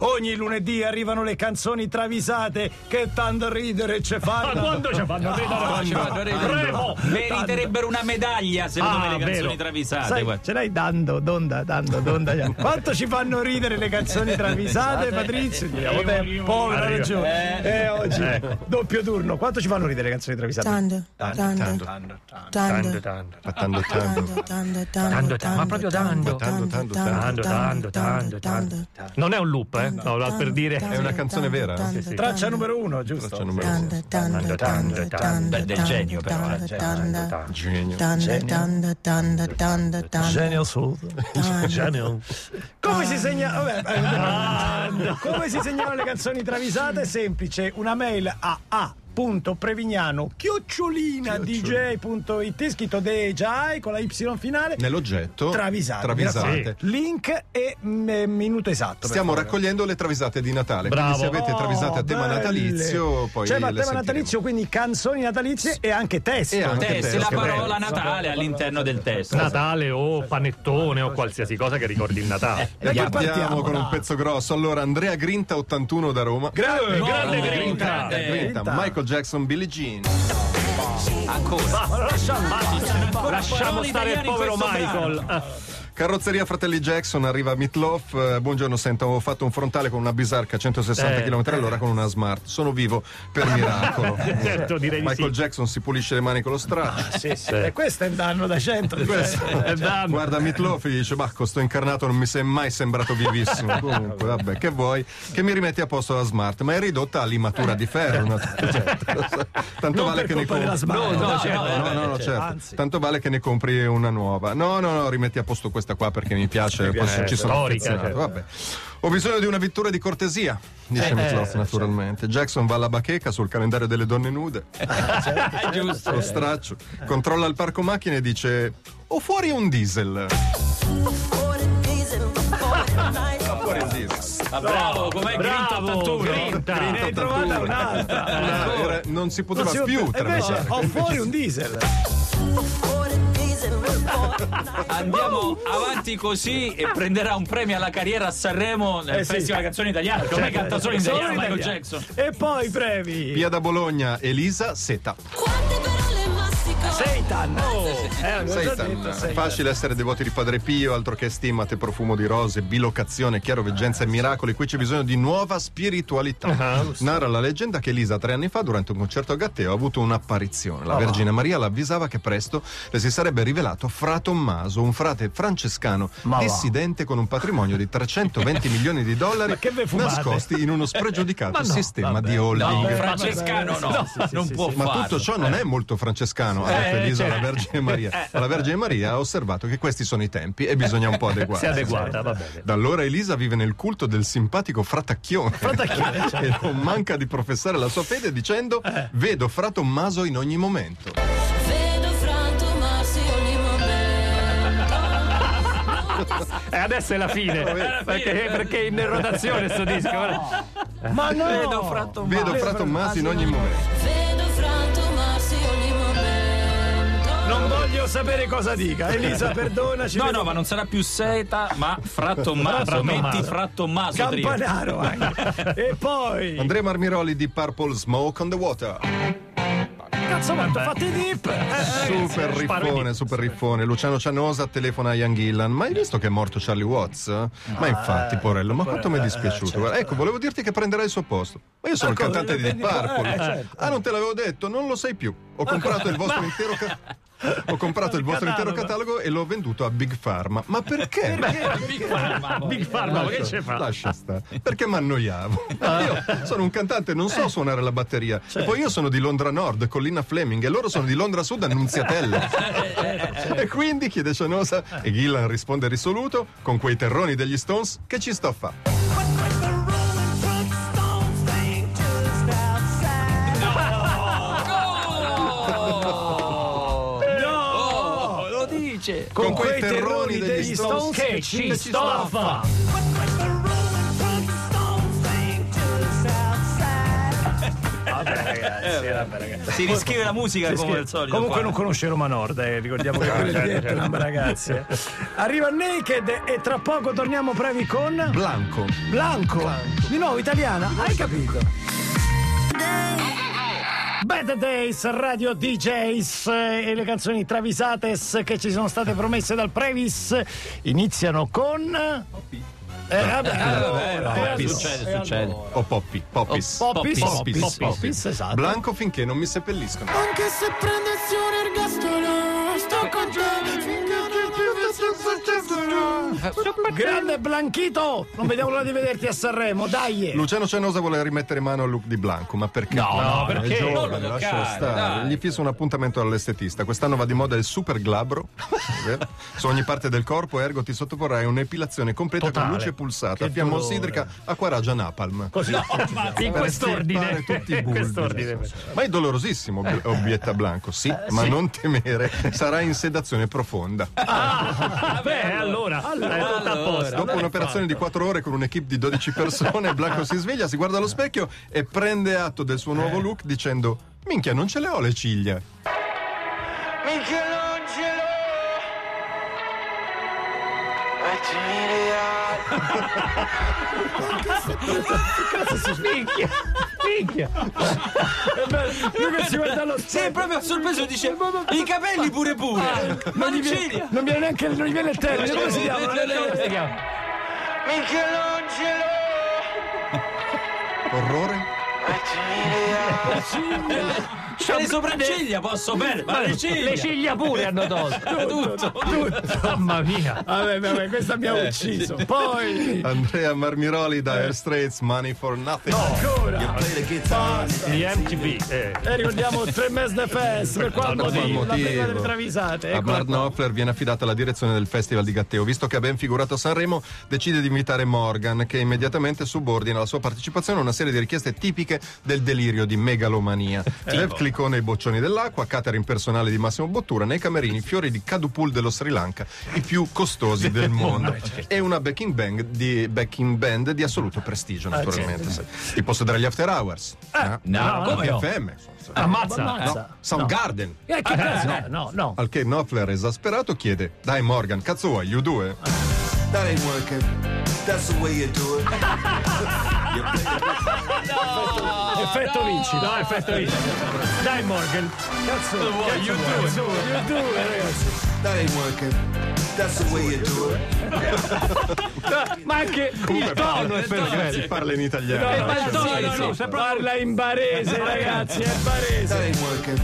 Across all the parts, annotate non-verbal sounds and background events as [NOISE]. Ogni lunedì arrivano le canzoni travisate che tanto ridere ci Ma fanno. quando ci fanno Ah, ci fanno ridere? ridere. Prego! Meriterebbero una medaglia secondo me Ah, le canzoni vero. travisate. Sai, guarda. ce l'hai dando, donda, dando, donda. Gian. Quanto ci fanno ridere le canzoni travisate, Patrizio? Gli diamo tempo. Arrivo, Povera arrivo. ragione. Eh. Eh, oggi, Ecco. doppio turno. Quanto ci fanno ridere le canzoni travisate? Tanto, tanto, Tanto, tanto. tanto, tanto. Ma tanto tanto. tanto, tanto, tanto, tanto, ma proprio tanto. Tanto, tanto, tanto, tanto. Non è un loop, eh? No, la- per dire. È una canzone vera, eh? tanto, Sì, sì. Traccia numero uno, giusto? Traccia numero uno. Tanto, tanto, tanto, tanto, Beh, del genio, però, tanto, eh, tanto, Genio. tanto, tanno, tanno, tanno, tanno, Genio assoluto. tanno. Come Ah. si segna... vabbè, [LAUGHS] eh, Come si segnalano le canzoni travisate? È Semplice, una mail a a dj.it scritto DJI con la Y finale Nell'oggetto. travisate. travisate. Grazie. Link e mm, minuto esatto. per Stiamo favore. raccogliendo le travisate di Natale. Bravo. Quindi se avete Oh, travisate a tema belle. natalizio, poi. Cioè, ma a le tema sentiremo. natalizio, quindi canzoni natalizie e anche testo. E anche Testi, testo, la che parola bello. Natale all'interno del testo. Natale o panettone o qualsiasi cosa che ricordi il Natale. E poi Partiamo con un dai. pezzo grosso. Allora, Andrea Grinta, 81 da Roma. Grande, grande grande, Grinta. Andrea Grinta, Michael Jackson, Billie Jean. Ancora. Ma lo lasciamo. Ancora Lasciamo stare il parole italiane in povero questo brano. Michael. Ah, Carrozzeria Fratelli Jackson, arriva Mitloff. eh, buongiorno, senta, ho fatto un frontale con una bisarca a 160 Eh. km all'ora con una smart. Sono vivo [LAUGHS] per miracolo. Certo, direi di Michael sì. Jackson si pulisce le mani con lo straccio. Sì, sì. E questo è un danno da 100. Eh, dammi. Guarda Mitloff gli dice Bah, sto incarnato non mi sei mai sembrato vivissimo Comunque vabbè che vuoi Che mi rimetti a posto la smart Ma è ridotta a limatura di ferro una- Tanto Non vale per che ne colpa della compri Smart. No, No, no, certo, certo. no, no, no, cioè, certo. anzi. Tanto vale che ne compri una nuova. No, no, no, rimetti a posto questa qua perché mi piace. poi piace, ci sono storica, affezionato. certo. Vabbè. Ho bisogno di una vittoria di cortesia, dice Mitloff naturalmente. Jackson va alla bacheca sul calendario delle donne nude. Eh, Giusto. Lo straccio. Controlla il parco macchine e dice "Ho fuori un diesel". Ho fuori un diesel. Ah, bravo, com'è Grinta Bravo, 81. Grinta. Ne hai trovata un'altra. Ah, era- non si poteva Sì, più e eh, invece oh, travisare. ho fuori un diesel. Andiamo avanti così e prenderà un premio alla carriera a Sanremo nel Eh, sì. Festival Canzone Italiana. Come canta solo in Solo italiano Michael italiano. Jackson. E poi premi. Via da Bologna, Elisa Seta. Quante parole mastico Seitan. Oh, Eh, cosa Sai, ha Stan, detto è Seitan? facile essere devoti di Padre Pio, altro che stimate, profumo di rose, bilocazione, chiaroveggenza e miracoli. Qui c'è bisogno di nuova spiritualità. Ah, Narra la leggenda che Elisa, tre anni fa, durante un concerto a Gatteo, ha avuto un'apparizione. Ah, La Vergine Maria l'avvisava che presto le si sarebbe rivelato Fra Tommaso, un frate francescano dissidente con un patrimonio di 320 milioni di dollari che ve fumate? nascosti in uno spregiudicato sistema di No, holding. Francescano no, non può Ma farlo. tutto ciò non è molto francescano, ha detto Elisa alla Vergine Maria. La Vergine Maria ha osservato che questi sono i tempi e bisogna un po' adeguarsi. Si è adeguata, va bene. Da allora Elisa vive nel culto del simpatico fratacchione. [LAUGHS] Fratacchione. e non manca di professare la sua fede dicendo: Vedo fra Tommaso in ogni momento. Vedo frantumarsi ogni momento E Eh, adesso è la fine. Perché, perché è in rotazione sto disco. guarda. Ma no! Vedo fra Tommaso. Vedo fra Tommaso in ogni momento. Vedo frantumarsi ogni momento Non voglio sapere cosa [LAUGHS] dica. Elisa, perdonaci. No, vedo- no, ma non sarà più seta, ma fra Fra Tommaso. Tommaso. Metti fra Tommaso. Trio. Campanaro anche. e poi. Andrea Marmiroli di Purple Smoke on the Water. Cazzo, quanto fate i dip? Eh, eh. Super riffone, super riffone. Luciano Cianosa telefona a Ian Gillan. Ma hai visto che è morto Charlie Watts? Ah, ma infatti, Porello, ma quanto eh, mi è dispiaciuto. Guarda, ecco, volevo dirti che prenderai il suo posto. Ma io sono certo. Ecco, il cantante di Deep vedi, Purple. eh, certo. Ecco. Ah, non te l'avevo detto, non lo sai più. Ho comprato il vostro intero ca- Ho comprato il vostro intero catalogo e l'ho venduto a Big Pharma. Ma perché? Big Pharma, mo. Big Pharma, ma che ce fa? Lascia stare, perché mi [LAUGHS] annoiavo. Io sono un cantante, non so suonare la batteria. E poi io sono di Londra Nord, Collina Fleming, e loro sono di Londra Sud, [LAUGHS] Annunziatella. e quindi chiede Cianosa, e Gillan risponde risoluto, con quei terroni degli Stones, che ci sto a fa? Oh, lo dice. Con, quei terroni, degli, Stones, Che ci sto a fa? Eh, sì, vabbè, ragazzi. Si riscrive la musica Sì, come sì. al solito. Comunque qua. non conosce Roma Nord, eh, ricordiamo [LAUGHS] che quello è il Vietnam, ragazzi. eh. Arriva Naked e tra poco torniamo brevi con Blanco. Blanco. Di nuovo italiana, hai capito? Bad Days, Radio DJs eh, e le canzoni travisates che ci sono state promesse dal Previs iniziano con... Eh, vabbè, vabbè, allora, vabbè, eh, succede, allora. succede. O Poppy. Poppis. Poppis, Poppis, Poppis, Poppis. Poppis, esatto. Blanco finché non mi seppelliscono. Anche se prendessi un ergastolo, sto con te finché non ti Grande Blanchito! Non vediamo l'ora di vederti a Sanremo, dai! Luciano Cenosa vuole rimettere in mano il look di Blanco, ma perché? No, perché? È Non giovane, lo lascia toccare, stare. dai. Gli fissa un appuntamento all'estetista. Quest'anno va di moda il super glabro. è vero? Su ogni parte del corpo, ergo ti sottoporrai a un'epilazione completa Totale. con luce pulsata, Che fiamma dolore. ossidrica, acquaraggia napalm. Così. in Per quest'ordine. estirpare tutti [LAUGHS] i In bulbi. quest'ordine. Ma è dolorosissimo, ob- obietta Blanco. Sì, ma non temere, sarà in sedazione profonda. Ah, beh, allora, è tutto a posto. Dopo un'operazione di 4 ore con un'equipe di 12 persone, Blanco si sveglia, si guarda allo specchio e prende atto del suo nuovo look dicendo: Minchia, non ce le ho le ciglia. Michelangelo Minchia, minchia. Lui che si guarda allo Sì, è specchio, proprio sorpreso dice i capelli pure pure. Ma non c'è. non viene neanche non gli viene il termine, come si chiama? Non è- Come si chiama? Michelangelo Orrore? C'è le sopracciglia, posso bene, ma le ciglia. Le ciglia pure hanno tolto. tutto. Mamma mia. Vabbè, vabbè, questa mi ha ucciso. Poi Andrea Marmiroli da Air Straits, Money for Nothing. ancora Gli MTV. eh. e ricordiamo tre mesi de fest per quanto qual di la motivo? prima delle travisate. A ecco. Bart Knopfler viene affidata la direzione del Festival di Gatteo. Visto che ha ben figurato a Sanremo, decide di invitare Morgan, che immediatamente subordina la sua partecipazione a una serie di richieste tipiche del delirio [LAUGHS] di megalomania. Lev Clicone e i boccioni dell'acqua, catering personale di Massimo Bottura, nei camerini fiori di Kadupul dello Sri Lanca, i più [LAUGHS] costosi del mondo. certo. E una backing band di, backing band di assoluto prestigio, Ah, naturalmente. sì. Ti posso dare gli after hours? Eh, certo, No, come no? Ah, FM. Ammazza. Ammazza. Soundgarden. Eh, che cazzo? No, no. Al che Knopfler esasperato chiede: Dai Morgan, cazzo vuoi, you due? That ain't working. That's the way you do it. You play the- Effetto vinci. No, effetto vinci. Dai Morgan. Cazzo. cazzo, cazzo, you do it, ragazzi. that ain't working. That's the way you do it. Ma anche il tono è eh, perfetto. Si parla in italiano. Ma il tono Sì, no, sì. no, se proprio- Parla in barese, ragazzi, è barese. That ain't working.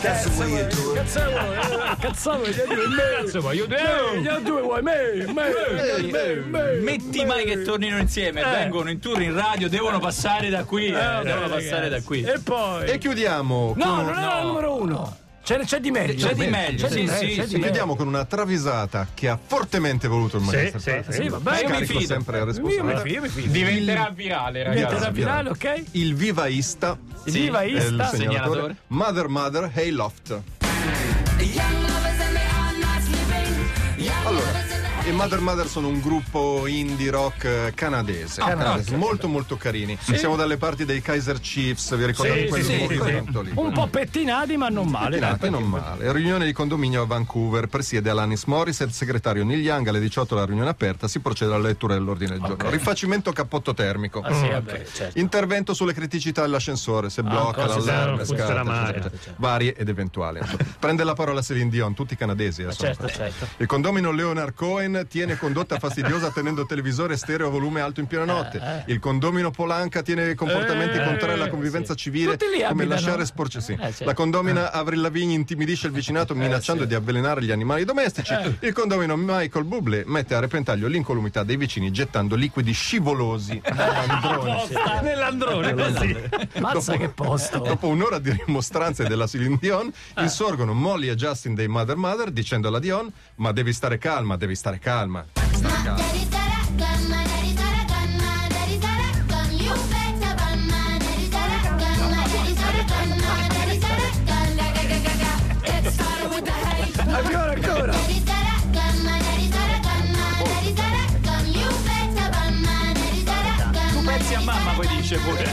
That's the way you do it. Cazzo vuoi? eh, Cazzo vuoi? Io due, me. Cazzo, voglio Gli dire. altri due vuoi? Me, me, me, me. Metti mai che tornino insieme, vengono in tour in radio, devono passare da qui, eh, devono passare da qui. E poi? E chiudiamo. No, con... non era no. il numero uno. C'è, c'è di meglio. C'è di meglio, C'è di sì, meglio, sì, c'è di sì. meglio. Chiudiamo con una travisata che ha fortemente voluto il maestro. sì, Fratesi. sì, va bene. Scarico Io mi fido. sempre al Io mi responsabile. fido, io mi fido. Diventerà virale, Niente da grazie. finale, ok? Il vivaista. Sì, è il vivaista. segnalatore. Segnalatore. Mother Mother Hey Loft. Young lovers and they are not sleeping. Young lovers and they E Mother Mother sono un gruppo indie rock eh, canadese. Ah, Canadese, Molto molto carini. Siamo dalle parti dei Kaiser Chiefs, vi ricordate Sì, quelli sì, un sì, po' sì. canto lì? Un po' pettinati, ma non male. dai. Pettinati non male. Riunione di condominio a Vancouver, presiede Alanis Morris e il segretario Neil Young alle 18 la riunione aperta, si procede alla lettura dell'ordine del giorno. Rifacimento cappotto termico. Mm, Sì, vabbè, certo. Ah, Intervento sulle criticità dell'ascensore, se blocca ancora, sì, l'allarme, sì, non funziona scatta, mai. eccetera, eccetera. varie ed eventuali. [LAUGHS] insomma. Prende la parola Céline Dion, tutti canadesi. eh, insomma. Certo, certo. Il condomino Leonard Cohen tiene [LAUGHS] condotta fastidiosa tenendo televisore stereo a volume alto in piena notte. Eh, Il condomino Polanca tiene comportamenti contrari alla convivenza civile, Tutti lì come abitano. lasciare sporci. Sì. certo. La condomina Avril Lavigne intimidisce il vicinato Eh, minacciando di avvelenare gli animali domestici. Il condomino Michael Bublé mette a repentaglio l'incolumità dei vicini gettando liquidi scivolosi Eh, dall'androne. Nell'androne, così. Mazza che posto. Dopo un'ora di rimostranze della Celine Dion, Eh. insorgono Molly e Justin dei Mother Mother dicendo alla Dion: Ma devi stare calma, devi stare calma. My daddy's got a gun, my daddy's got a gun, my daddy's got a gun. You better run, my daddy's got a gun, my daddy's got a gun, my daddy's got a gun. Ga, ga, ga, ga, ga. Get started with the hate. Ancora, ancora. Daddy's got a gun, my daddy's got a gun, my daddy's got a gun. You better run, my daddy's got a gun, my Grazie a mamma, poi dice pure.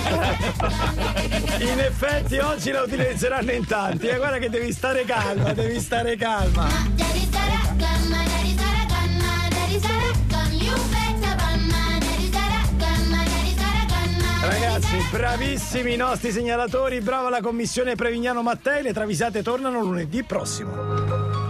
In effetti oggi la utilizzeranno in tanti. E guarda che devi stare calma, devi stare calma. Ragazzi, bravissimi i nostri segnalatori, brava la commissione Prevignano Mattei, le travisate tornano lunedì prossimo.